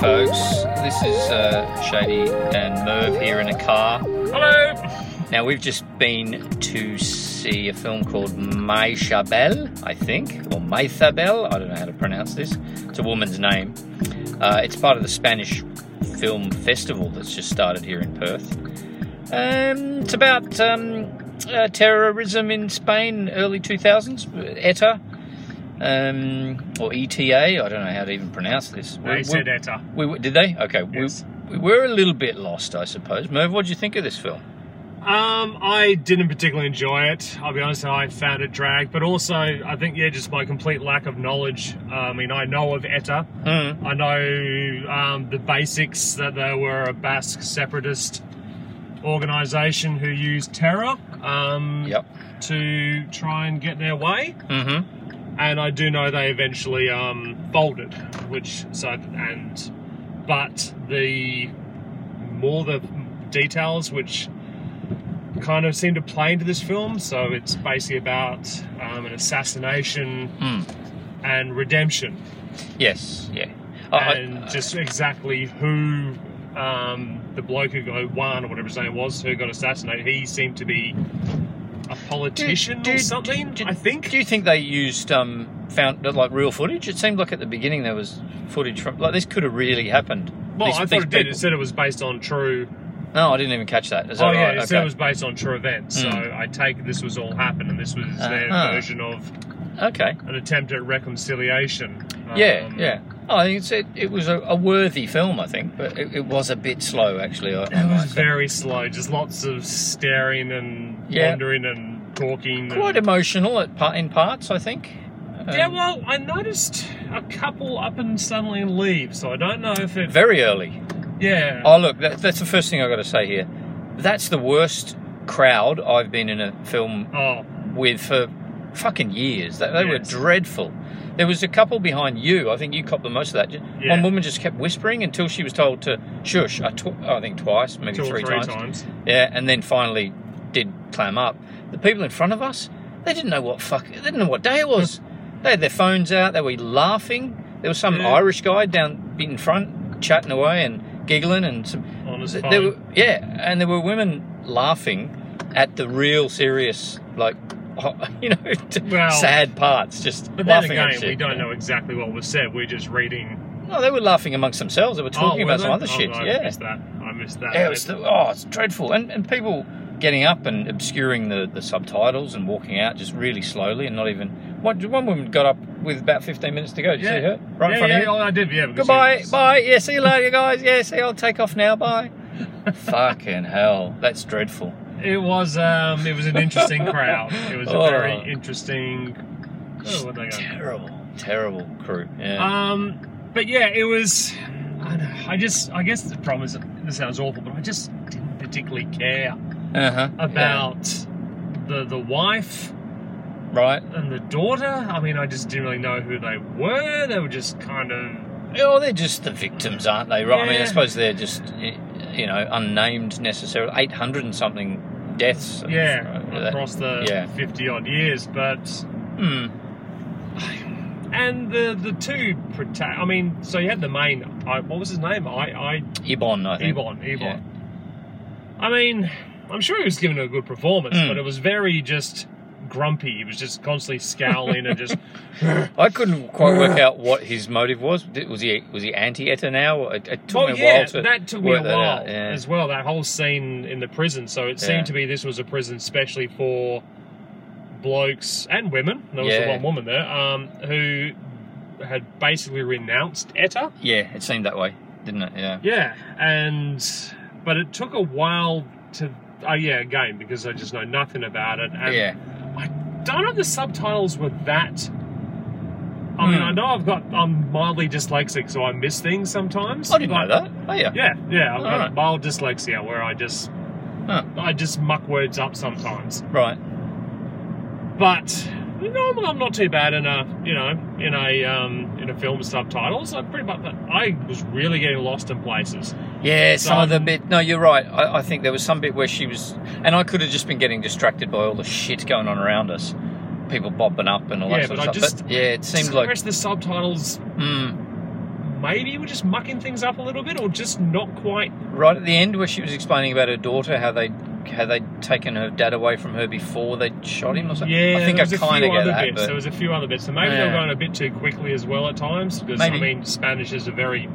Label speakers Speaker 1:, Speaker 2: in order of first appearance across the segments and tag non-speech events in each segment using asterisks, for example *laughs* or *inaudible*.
Speaker 1: folks. This is uh, Shady and Merv here in a car.
Speaker 2: Hello.
Speaker 1: Now, we've just been to see a film called May Chabelle, I think, or Maythabel. I don't know how to pronounce this. It's a woman's name. Uh, it's part of the Spanish Film Festival that's just started here in Perth. Um, it's about um, uh, terrorism in Spain, early 2000s, ETA. Um, or ETA, I don't know how to even pronounce this. We-
Speaker 2: They
Speaker 1: we-
Speaker 2: said enter.
Speaker 1: we were- did they? Okay.
Speaker 2: Yes.
Speaker 1: We, we were a little bit lost, I suppose. Merv, what do you think of this film?
Speaker 2: Um, I didn't particularly enjoy it. I'll be honest, I found it drag, but also I think yeah, just my complete lack of knowledge. Uh, I mean, I know of ETA.
Speaker 1: Mm.
Speaker 2: I know um, the basics that they were a Basque separatist organization who used terror um,
Speaker 1: Yep.
Speaker 2: to try and get their way.
Speaker 1: Mm-hmm.
Speaker 2: and I do know they eventually um, folded, which so and but the more the details which kind of seem to play into this film. So it's basically about um, an assassination
Speaker 1: Mm.
Speaker 2: and redemption,
Speaker 1: Yes. Yeah. I- I-
Speaker 2: and just exactly who. Um, the bloke who got one or whatever his name was, who got assassinated, he seemed to be a politician
Speaker 1: do-
Speaker 2: or something.
Speaker 1: do-
Speaker 2: I think.
Speaker 1: do you think they used um, found like real footage? It seemed like at the beginning there was footage from like this could have really happened.
Speaker 2: well,
Speaker 1: These-
Speaker 2: I thought
Speaker 1: these
Speaker 2: it did.
Speaker 1: people-
Speaker 2: It said it was based on true
Speaker 1: No, I didn't even catch that. Is that
Speaker 2: Oh yeah,
Speaker 1: right?
Speaker 2: it said it was based on true events. So
Speaker 1: Mm.
Speaker 2: I take this was all happened, and this was their
Speaker 1: Uh-huh.
Speaker 2: version of
Speaker 1: okay.
Speaker 2: an attempt at reconciliation.
Speaker 1: Yeah,
Speaker 2: Um,
Speaker 1: yeah. Oh, I think it's, it, it was a, a worthy film, I think, but it, it was a bit slow, actually. I, I
Speaker 2: It
Speaker 1: might
Speaker 2: was
Speaker 1: say.
Speaker 2: very slow. Just lots of staring and
Speaker 1: Yeah.
Speaker 2: wandering and talking. and-
Speaker 1: quite emotional at par- in parts, I think. Um,
Speaker 2: yeah, well, I noticed a couple up and suddenly leave, so I don't know if it.
Speaker 1: very early.
Speaker 2: yeah.
Speaker 1: Oh, look, that, that's the first thing i got to say here. That's the worst crowd I've been in a film
Speaker 2: oh,
Speaker 1: with for fucking years. They, they were
Speaker 2: Yes.
Speaker 1: dreadful. There was a couple behind you. I think you copped the most of that. Ju-
Speaker 2: Yeah.
Speaker 1: One woman just kept whispering until she was told to shush, I, tw- I think twice, maybe
Speaker 2: two or
Speaker 1: three,
Speaker 2: three
Speaker 1: times. Yeah, and then finally did clam up. The people in front of us, they didn't know what fuck, they didn't know what day it was. they had their phones out. They were laughing. There was some
Speaker 2: Yeah.
Speaker 1: Irish guy down in front chatting away and giggling, and some
Speaker 2: on his
Speaker 1: Th-
Speaker 2: phone.
Speaker 1: There were, yeah, and there were women laughing at the real serious, like, *laughs* ho- you know, t-
Speaker 2: Well-
Speaker 1: sad parts. Just
Speaker 2: but then
Speaker 1: laughing at
Speaker 2: again,
Speaker 1: shit.
Speaker 2: we don't know exactly what was said. We're just reading.
Speaker 1: No, they were laughing amongst themselves. They were talking
Speaker 2: oh, were
Speaker 1: about some
Speaker 2: they?
Speaker 1: other
Speaker 2: Oh,
Speaker 1: shit.
Speaker 2: I
Speaker 1: yeah,
Speaker 2: missed that. I missed that.
Speaker 1: yeah, it was the, oh, it's dreadful. And and people getting up and obscuring the, the subtitles and walking out just really slowly and not even. One, one woman got up with about fifteen minutes to go. Did you
Speaker 2: Yeah.
Speaker 1: see her right in
Speaker 2: yeah,
Speaker 1: front
Speaker 2: yeah,
Speaker 1: of you?
Speaker 2: oh, I did. Yeah, because
Speaker 1: Goodbye,
Speaker 2: she was-
Speaker 1: bye. Yeah, see you later, guys. Yeah, see, I'll take off now.
Speaker 2: *laughs*
Speaker 1: Bye. Fucking hell, that's dreadful.
Speaker 2: uh, It was um, it was an interesting crowd. It was a
Speaker 1: Oh.
Speaker 2: very interesting. Oh, what they got?
Speaker 1: terrible, terrible crew. Yeah.
Speaker 2: Um, but yeah, it was. I, don't know, I just I guess the problem is this sounds awful, but I just didn't particularly care
Speaker 1: uh-huh.
Speaker 2: about the the wife
Speaker 1: yeah. right.
Speaker 2: and the daughter. I mean, I just didn't really know who they were. They were just kind of
Speaker 1: Oh, they're just the victims, aren't they? Right. I mean, I
Speaker 2: Yeah.
Speaker 1: suppose they're just y- you know unnamed necessarily. Eight hundred and something deaths.
Speaker 2: yeah
Speaker 1: Uh, that-
Speaker 2: across the
Speaker 1: yeah.
Speaker 2: fifty odd years, but
Speaker 1: Hmm.
Speaker 2: and the the two prota- I mean, so you had the main. I, what was his name? I I
Speaker 1: Ibon, I think.
Speaker 2: Ebon, Ebon. I mean, I'm sure he was giving a good performance,
Speaker 1: Mm.
Speaker 2: but it was very just grumpy. He was just constantly scowling
Speaker 1: *laughs*
Speaker 2: and just *laughs*
Speaker 1: I couldn't quite work out what his motive was. Did- Was he was he anti ETA now? It, it took
Speaker 2: well,
Speaker 1: me a
Speaker 2: yeah,
Speaker 1: while to
Speaker 2: that took me a
Speaker 1: work that
Speaker 2: while
Speaker 1: out, yeah.
Speaker 2: as well. That whole scene in the prison. So it seemed
Speaker 1: Yeah.
Speaker 2: to be this was a prison especially for blokes and women. There was
Speaker 1: Yeah.
Speaker 2: the one woman there um, who had basically renounced ETA.
Speaker 1: yeah, it seemed that way, didn't it? Yeah.
Speaker 2: Yeah, and but it took a while to. Oh yeah, again because I just know nothing about it. And
Speaker 1: yeah.
Speaker 2: Don't know if the subtitles were that. I mean,
Speaker 1: Hmm.
Speaker 2: I know I've got I'm mildly dyslexic, so I miss things sometimes.
Speaker 1: I didn't know
Speaker 2: but-
Speaker 1: that. Oh yeah.
Speaker 2: Yeah, yeah, I've got
Speaker 1: Alright.
Speaker 2: mild dyslexia where I just
Speaker 1: Huh.
Speaker 2: I just muck words up sometimes.
Speaker 1: Right.
Speaker 2: But normally I'm not too bad in a you know in a um, in a film with subtitles. I pretty much I was really getting lost in places.
Speaker 1: Yeah, some of the
Speaker 2: Some-
Speaker 1: bit. No, you're right. I, I think there was some bit where she was, and I could have just been getting distracted by all the shit going on around us, people bopping up and all
Speaker 2: Yeah,
Speaker 1: that sort
Speaker 2: but
Speaker 1: of
Speaker 2: I
Speaker 1: stuff. but yeah, it seemed like
Speaker 2: the rest of the subtitles
Speaker 1: mm,
Speaker 2: maybe we're just mucking things up a little bit, or just not quite.
Speaker 1: Right at the end, where she was explaining about her daughter, how they how they'd taken her dad away from her before they shot him or something.
Speaker 2: Yeah,
Speaker 1: I think
Speaker 2: there
Speaker 1: I
Speaker 2: was a few
Speaker 1: kind of get
Speaker 2: other
Speaker 1: that,
Speaker 2: bits.
Speaker 1: but
Speaker 2: There was a few other bits, so maybe they were
Speaker 1: Yeah.
Speaker 2: going a bit too quickly as well at times. Because I
Speaker 1: Maybe.
Speaker 2: mean, Spanish is a very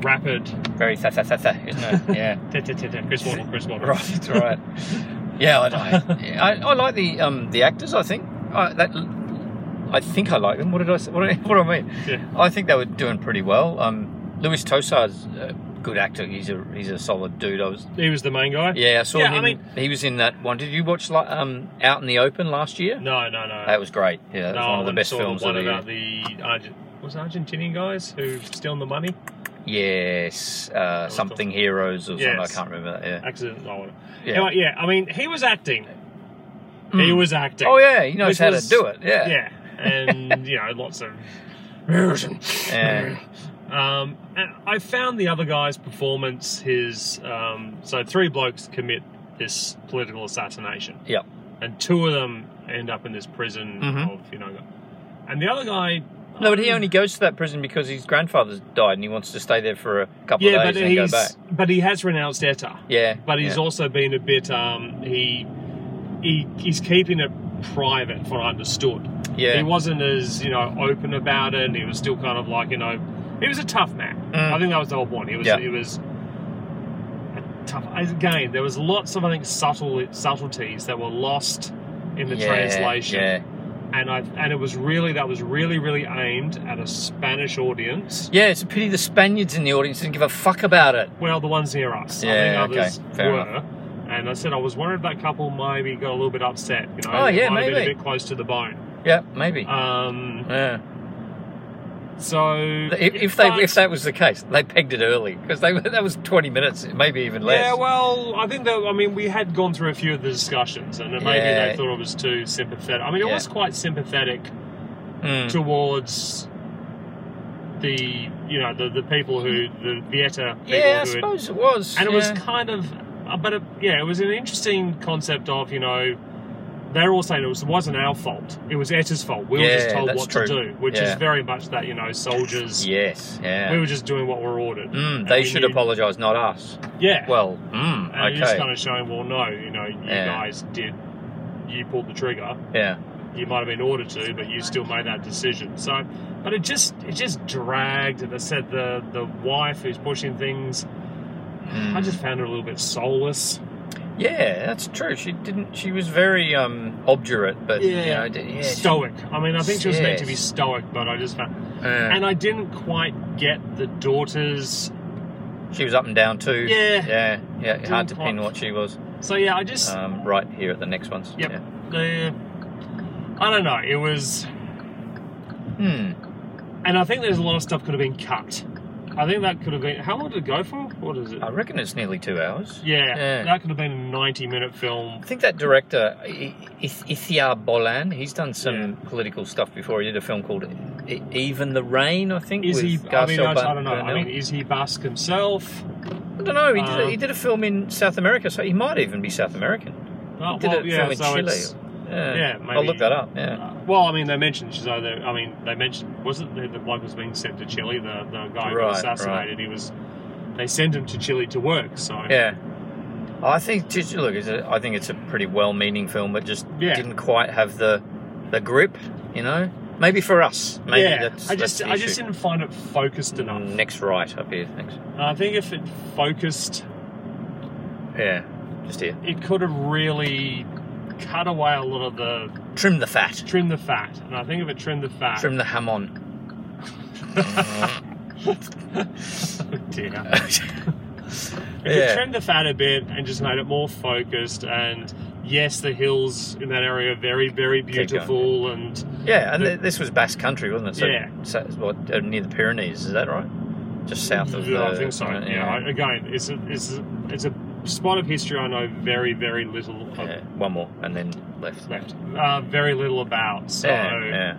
Speaker 2: rapid.
Speaker 1: very tha tha tha tha, isn't it?
Speaker 2: *laughs*
Speaker 1: Yeah.
Speaker 2: Chris Waddle, Chris
Speaker 1: *laughs*
Speaker 2: Waddle.
Speaker 1: Right, that's right. Yeah, I, I, I, I like the um, the actors. I think I, that I think I like them. What did I say? What, *laughs* did I- what do I mean?
Speaker 2: Yeah.
Speaker 1: I think they were doing pretty well. Um, Louis Tosar's a good actor. He's a he's a solid dude. I was
Speaker 2: He was the main guy.
Speaker 1: yeah. I saw
Speaker 2: Yeah, I
Speaker 1: him.
Speaker 2: mean-
Speaker 1: he was in that one. Did you watch like, um, Out in the Open last year?
Speaker 2: No, no, no.
Speaker 1: That was great. Yeah, that
Speaker 2: no,
Speaker 1: was one of
Speaker 2: I
Speaker 1: the best
Speaker 2: saw
Speaker 1: films
Speaker 2: the
Speaker 1: of
Speaker 2: one
Speaker 1: the year.
Speaker 2: about the Argent. Was it Argentinian guys who stealing the money?
Speaker 1: Yes, uh,
Speaker 2: was
Speaker 1: something heroes or something. I
Speaker 2: Yes.
Speaker 1: can't remember that. Yeah,
Speaker 2: Accident. Oh,
Speaker 1: yeah.
Speaker 2: Anyway, yeah. I mean, he was acting. He
Speaker 1: Mm.
Speaker 2: was acting.
Speaker 1: Oh yeah, he knows
Speaker 2: Which
Speaker 1: how
Speaker 2: was-
Speaker 1: to do it. Yeah,
Speaker 2: Yeah, and you know, lots of. Yeah. Um, and I found the other guy's performance. His um, so three blokes commit this political assassination.
Speaker 1: Yep.
Speaker 2: And two of them end up in this prison
Speaker 1: Mhm.
Speaker 2: of you know, and the other guy. um,
Speaker 1: No, but he only goes to that prison because his grandfather's died and he wants to stay there for a couple of
Speaker 2: Yeah, but
Speaker 1: days and then
Speaker 2: he's
Speaker 1: go back.
Speaker 2: but he has renounced ETA.
Speaker 1: Yeah,
Speaker 2: But he's
Speaker 1: yeah.
Speaker 2: also been a bit. Um, he he he's keeping it private, for I understood.
Speaker 1: yeah.
Speaker 2: He wasn't as you know open about it. and He was still kind of like you know, he was a tough man.
Speaker 1: Mm.
Speaker 2: I think that was the whole point. He was
Speaker 1: Yeah.
Speaker 2: he was a tough. Again, there was lots of I think subtle subtleties that were lost in the
Speaker 1: Yeah,
Speaker 2: translation,
Speaker 1: Yeah,
Speaker 2: and I and it was really that was really really aimed at a Spanish audience.
Speaker 1: yeah. It's a pity the Spaniards in the audience didn't give a fuck about it.
Speaker 2: Well, the ones near us.
Speaker 1: Yeah,
Speaker 2: I think
Speaker 1: okay.
Speaker 2: others
Speaker 1: Fair
Speaker 2: were. And I said I was worried that couple maybe got a little bit upset. You know,
Speaker 1: Oh,
Speaker 2: It
Speaker 1: yeah,
Speaker 2: might have been
Speaker 1: maybe.
Speaker 2: a bit close to the bone.
Speaker 1: Yeah, maybe.
Speaker 2: Um,
Speaker 1: yeah.
Speaker 2: so
Speaker 1: If, if they
Speaker 2: but-
Speaker 1: if that was the case, they pegged it early because they were- that was twenty minutes, maybe even less.
Speaker 2: Yeah, well, I think that I mean we had gone through a few of the discussions, and maybe
Speaker 1: Yeah.
Speaker 2: they thought it was too sympathetic. I mean, it
Speaker 1: Yeah.
Speaker 2: was quite sympathetic
Speaker 1: Mm.
Speaker 2: towards the you know the, the people who the theatre people
Speaker 1: yeah, I
Speaker 2: who had-
Speaker 1: suppose it was.
Speaker 2: and it was
Speaker 1: yeah.
Speaker 2: kind of uh, but it, yeah, it was an interesting concept of you know they're all saying it, was, it wasn't our fault, it was ETA's fault. We were just
Speaker 1: Yeah,
Speaker 2: told
Speaker 1: that's
Speaker 2: what
Speaker 1: true.
Speaker 2: to do, which is
Speaker 1: Yeah.
Speaker 2: very much that you know soldiers.
Speaker 1: yes, yeah.
Speaker 2: We were just doing what we're ordered.
Speaker 1: mm,
Speaker 2: and
Speaker 1: they
Speaker 2: we
Speaker 1: should
Speaker 2: knew-
Speaker 1: apologise, not us.
Speaker 2: Yeah.
Speaker 1: Well, mm,
Speaker 2: And
Speaker 1: okay,
Speaker 2: you're just kind of showing, well, no, you know, you
Speaker 1: Yeah.
Speaker 2: guys did, you pulled the trigger.
Speaker 1: yeah,
Speaker 2: You might have been ordered to, but you still made that decision. So, but it just, it just dragged. And I said the the wife who's pushing things.
Speaker 1: Mm.
Speaker 2: I just found her a little bit soulless.
Speaker 1: yeah. That's true. She didn't. She was very um, obdurate, but you
Speaker 2: Yeah.
Speaker 1: know, did- yeah, she
Speaker 2: stoic. I mean, I think she was meant to be
Speaker 1: Yes.
Speaker 2: stoic, but I just found,
Speaker 1: Yeah.
Speaker 2: and I didn't quite get the daughter's.
Speaker 1: she was up and down too.
Speaker 2: Yeah.
Speaker 1: Yeah. Yeah. Hard to
Speaker 2: Didn't
Speaker 1: pin
Speaker 2: quite-
Speaker 1: what she was.
Speaker 2: So yeah, I just,
Speaker 1: Um, right here at the next ones.
Speaker 2: Yep.
Speaker 1: Yeah.
Speaker 2: uh, I don't know. It was.
Speaker 1: Hmm.
Speaker 2: And I think there's a lot of stuff could have been cut. I think that could have been. How long did it go for? What is it?
Speaker 1: I reckon it's nearly two hours.
Speaker 2: Yeah,
Speaker 1: Yeah.
Speaker 2: that could have been a 90 minute film.
Speaker 1: I think that director I- I- Ithiar Bolan. He's done some political stuff before. He did a film called E- Even the Rain. I think.
Speaker 2: Is
Speaker 1: with
Speaker 2: he? I mean,
Speaker 1: Garcelle
Speaker 2: I, I don't know.
Speaker 1: Bernal.
Speaker 2: I mean, is he Basque himself?
Speaker 1: I don't know. He did,
Speaker 2: um,
Speaker 1: a, he did a film in South America, so he might even be South American.
Speaker 2: Oh,
Speaker 1: He did
Speaker 2: well,
Speaker 1: a
Speaker 2: yeah,
Speaker 1: film in
Speaker 2: so
Speaker 1: Chile.
Speaker 2: it's-
Speaker 1: yeah.
Speaker 2: yeah,
Speaker 1: I'll
Speaker 2: maybe-
Speaker 1: look that up. Yeah.
Speaker 2: uh, well, I mean, they mentioned she's either. I mean, they mentioned wasn't the, the bloke was being sent to Chile. The the guy who
Speaker 1: Right,
Speaker 2: was assassinated. He was. They sent him to Chile to work. So
Speaker 1: Yeah. I think just look, it's a, I think it's a pretty well-meaning film, but just
Speaker 2: Yeah.
Speaker 1: didn't quite have the the grip, you know. Maybe for us, maybe
Speaker 2: Yeah,
Speaker 1: that's
Speaker 2: I just
Speaker 1: that's the
Speaker 2: I just
Speaker 1: issue. Mm.
Speaker 2: didn't find it focused enough.
Speaker 1: next right up here, thanks.
Speaker 2: And I think if it focused
Speaker 1: Yeah, just here.
Speaker 2: it could have really cut away a lot of the
Speaker 1: Trim the fat,
Speaker 2: trim the fat, and I think if it trimmed the fat,
Speaker 1: trim the ham on.
Speaker 2: *laughs* oh *laughs* dear. if
Speaker 1: Yeah.
Speaker 2: it trimmed the fat a bit and just made it more focused, and yes, the hills in that area are very, very
Speaker 1: going,
Speaker 2: beautiful, and
Speaker 1: yeah, and
Speaker 2: The-
Speaker 1: th- this was Basque country, wasn't it? So,
Speaker 2: Yeah.
Speaker 1: So it's what uh, near the Pyrenees? Is that right? Just south of
Speaker 2: yeah,
Speaker 1: the.
Speaker 2: I think so.
Speaker 1: uh,
Speaker 2: Yeah. I- again, it's a, it's a, it's a spot of history I know very, very little of,
Speaker 1: Yeah, One more and then left.
Speaker 2: left, uh, very little about. So.
Speaker 1: yeah, yeah.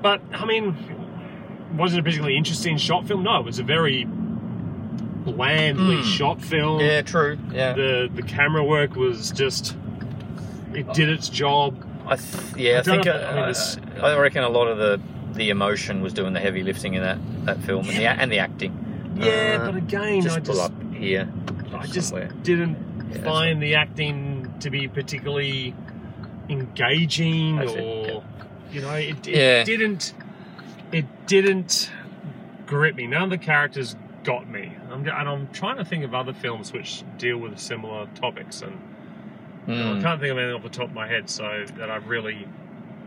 Speaker 2: But I mean, was it a particularly interesting shot film? No, it was a very blandly
Speaker 1: Mm.
Speaker 2: shot film.
Speaker 1: Yeah, true. Yeah.
Speaker 2: The the camera work was just it did its job.
Speaker 1: I th- yeah, I
Speaker 2: don't
Speaker 1: think
Speaker 2: know
Speaker 1: uh,
Speaker 2: if- I mean, this-
Speaker 1: I reckon a lot of the the emotion was doing the heavy lifting in that, that film and the and the acting.
Speaker 2: Yeah,
Speaker 1: Uh,
Speaker 2: but again,
Speaker 1: Just
Speaker 2: I
Speaker 1: pull
Speaker 2: just
Speaker 1: up here.
Speaker 2: I just
Speaker 1: somewhere.
Speaker 2: didn't
Speaker 1: Yeah, that's
Speaker 2: find the acting to be particularly engaging
Speaker 1: That's it,
Speaker 2: or you know it, it
Speaker 1: Yeah.
Speaker 2: didn't it didn't grip me none of the characters got me I'm, and i'm trying to think of other films which deal with similar topics and you know, i
Speaker 1: Mm.
Speaker 2: can't think of anything off the top of my head so that i've really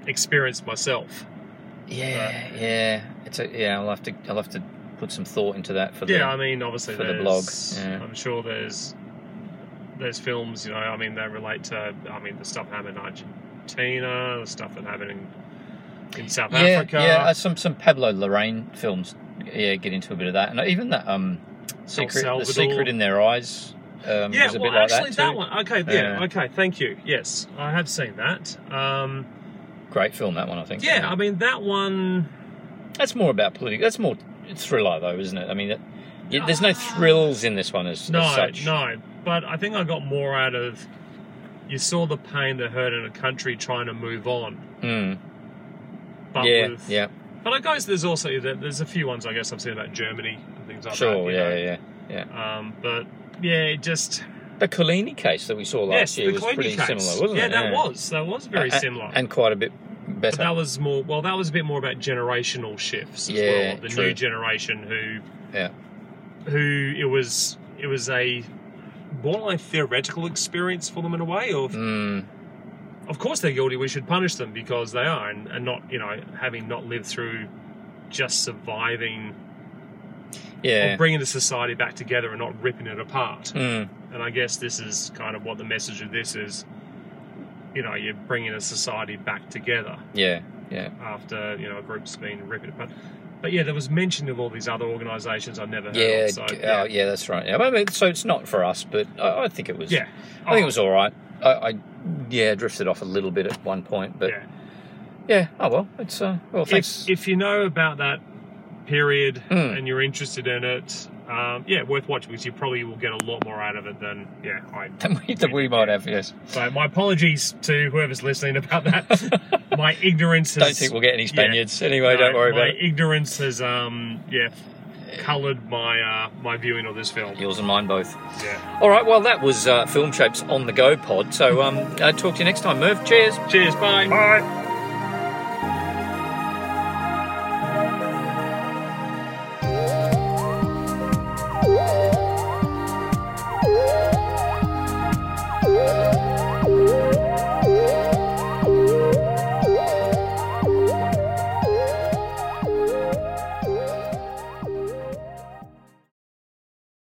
Speaker 2: experienced myself
Speaker 1: Yeah, yeah. It's a yeah. I'll have to I'll have to put some thought into that for the.
Speaker 2: yeah i mean obviously
Speaker 1: for the
Speaker 2: there's-
Speaker 1: blog, yeah.
Speaker 2: i'm sure there's there's films you know i mean they relate to i mean the stuff happened in argentina the stuff that happened in in south
Speaker 1: yeah,
Speaker 2: africa
Speaker 1: yeah. uh, Some some Pablo Lorraine films. Yeah, get into a bit of that, and even that um secret,
Speaker 2: Salvador.
Speaker 1: the secret in their eyes. Um,
Speaker 2: Yeah,
Speaker 1: was a
Speaker 2: well,
Speaker 1: bit like
Speaker 2: actually,
Speaker 1: that,
Speaker 2: that,
Speaker 1: too.
Speaker 2: one. Okay, yeah,
Speaker 1: Yeah.
Speaker 2: okay, thank you. Yes, I have seen that. Um,
Speaker 1: Great film, that one. I think.
Speaker 2: yeah, I mean, that one.
Speaker 1: that's more about political. That's more thriller, though, isn't it? I mean, it, you- there's no thrills in this one as, as
Speaker 2: No,
Speaker 1: such.
Speaker 2: no. But I think I got more out of. You saw the pain that hurt in a country trying to move on.
Speaker 1: Mm,
Speaker 2: But
Speaker 1: yeah,
Speaker 2: with,
Speaker 1: yeah,
Speaker 2: But I guess there's also there- there's a few ones I guess I've seen about Germany and things like
Speaker 1: sure,
Speaker 2: that. you
Speaker 1: yeah,
Speaker 2: know.
Speaker 1: yeah.
Speaker 2: Um, but yeah, it just
Speaker 1: The Collini case that we saw
Speaker 2: yes,
Speaker 1: last
Speaker 2: the
Speaker 1: year was
Speaker 2: Clooney
Speaker 1: pretty
Speaker 2: case.
Speaker 1: similar, wasn't
Speaker 2: yeah,
Speaker 1: it?
Speaker 2: that was that was very
Speaker 1: A- a-
Speaker 2: similar.
Speaker 1: and quite a bit
Speaker 2: but that
Speaker 1: better.
Speaker 2: was more well, that was a bit more about generational shifts as
Speaker 1: Yeah,
Speaker 2: well. The
Speaker 1: true.
Speaker 2: new generation who
Speaker 1: Yeah.
Speaker 2: who it was it was a borderline theoretical experience for them in a way. Of
Speaker 1: Mm,
Speaker 2: of course they're guilty. We should punish them because they are, and, and not you know having not lived through just surviving
Speaker 1: yeah.
Speaker 2: of bringing the society back together and not ripping it apart.
Speaker 1: Mm,
Speaker 2: And I guess this is kind of what the message of this is. You know, you're bringing a society back together
Speaker 1: yeah.
Speaker 2: after you know a group's been ripping apart. But yeah, there was mention of all these other organisations I've never heard
Speaker 1: Yeah,
Speaker 2: of. So,
Speaker 1: g- oh, yeah, that's right. Yeah, I mean, so it's not for us, but I, I think it was.
Speaker 2: yeah.
Speaker 1: I
Speaker 2: oh.
Speaker 1: think it was all right. I, I yeah drifted off a little bit at one point, but yeah.
Speaker 2: Yeah.
Speaker 1: oh well, it's uh, well thanks. *laughs*
Speaker 2: If, if you know about that period
Speaker 1: Mm.
Speaker 2: and you're interested in it, um, yeah, worth watching because you probably will get a lot more out of it than yeah. I,
Speaker 1: Then we, then we might have yes.
Speaker 2: so my apologies to whoever's listening about that.
Speaker 1: *laughs*
Speaker 2: my ignorance.
Speaker 1: Don't
Speaker 2: has-
Speaker 1: think we'll get any Spaniards anyway.
Speaker 2: No,
Speaker 1: don't worry
Speaker 2: Uh, my
Speaker 1: about it.
Speaker 2: ignorance has um yeah coloured my uh my viewing of this film.
Speaker 1: Yours and mine both.
Speaker 2: Yeah.
Speaker 1: All right. Well, that was uh, Film Shapes on the Go pod. So um, uh, talk to you next time, Merv. Cheers.
Speaker 2: Cheers, bye. Bye.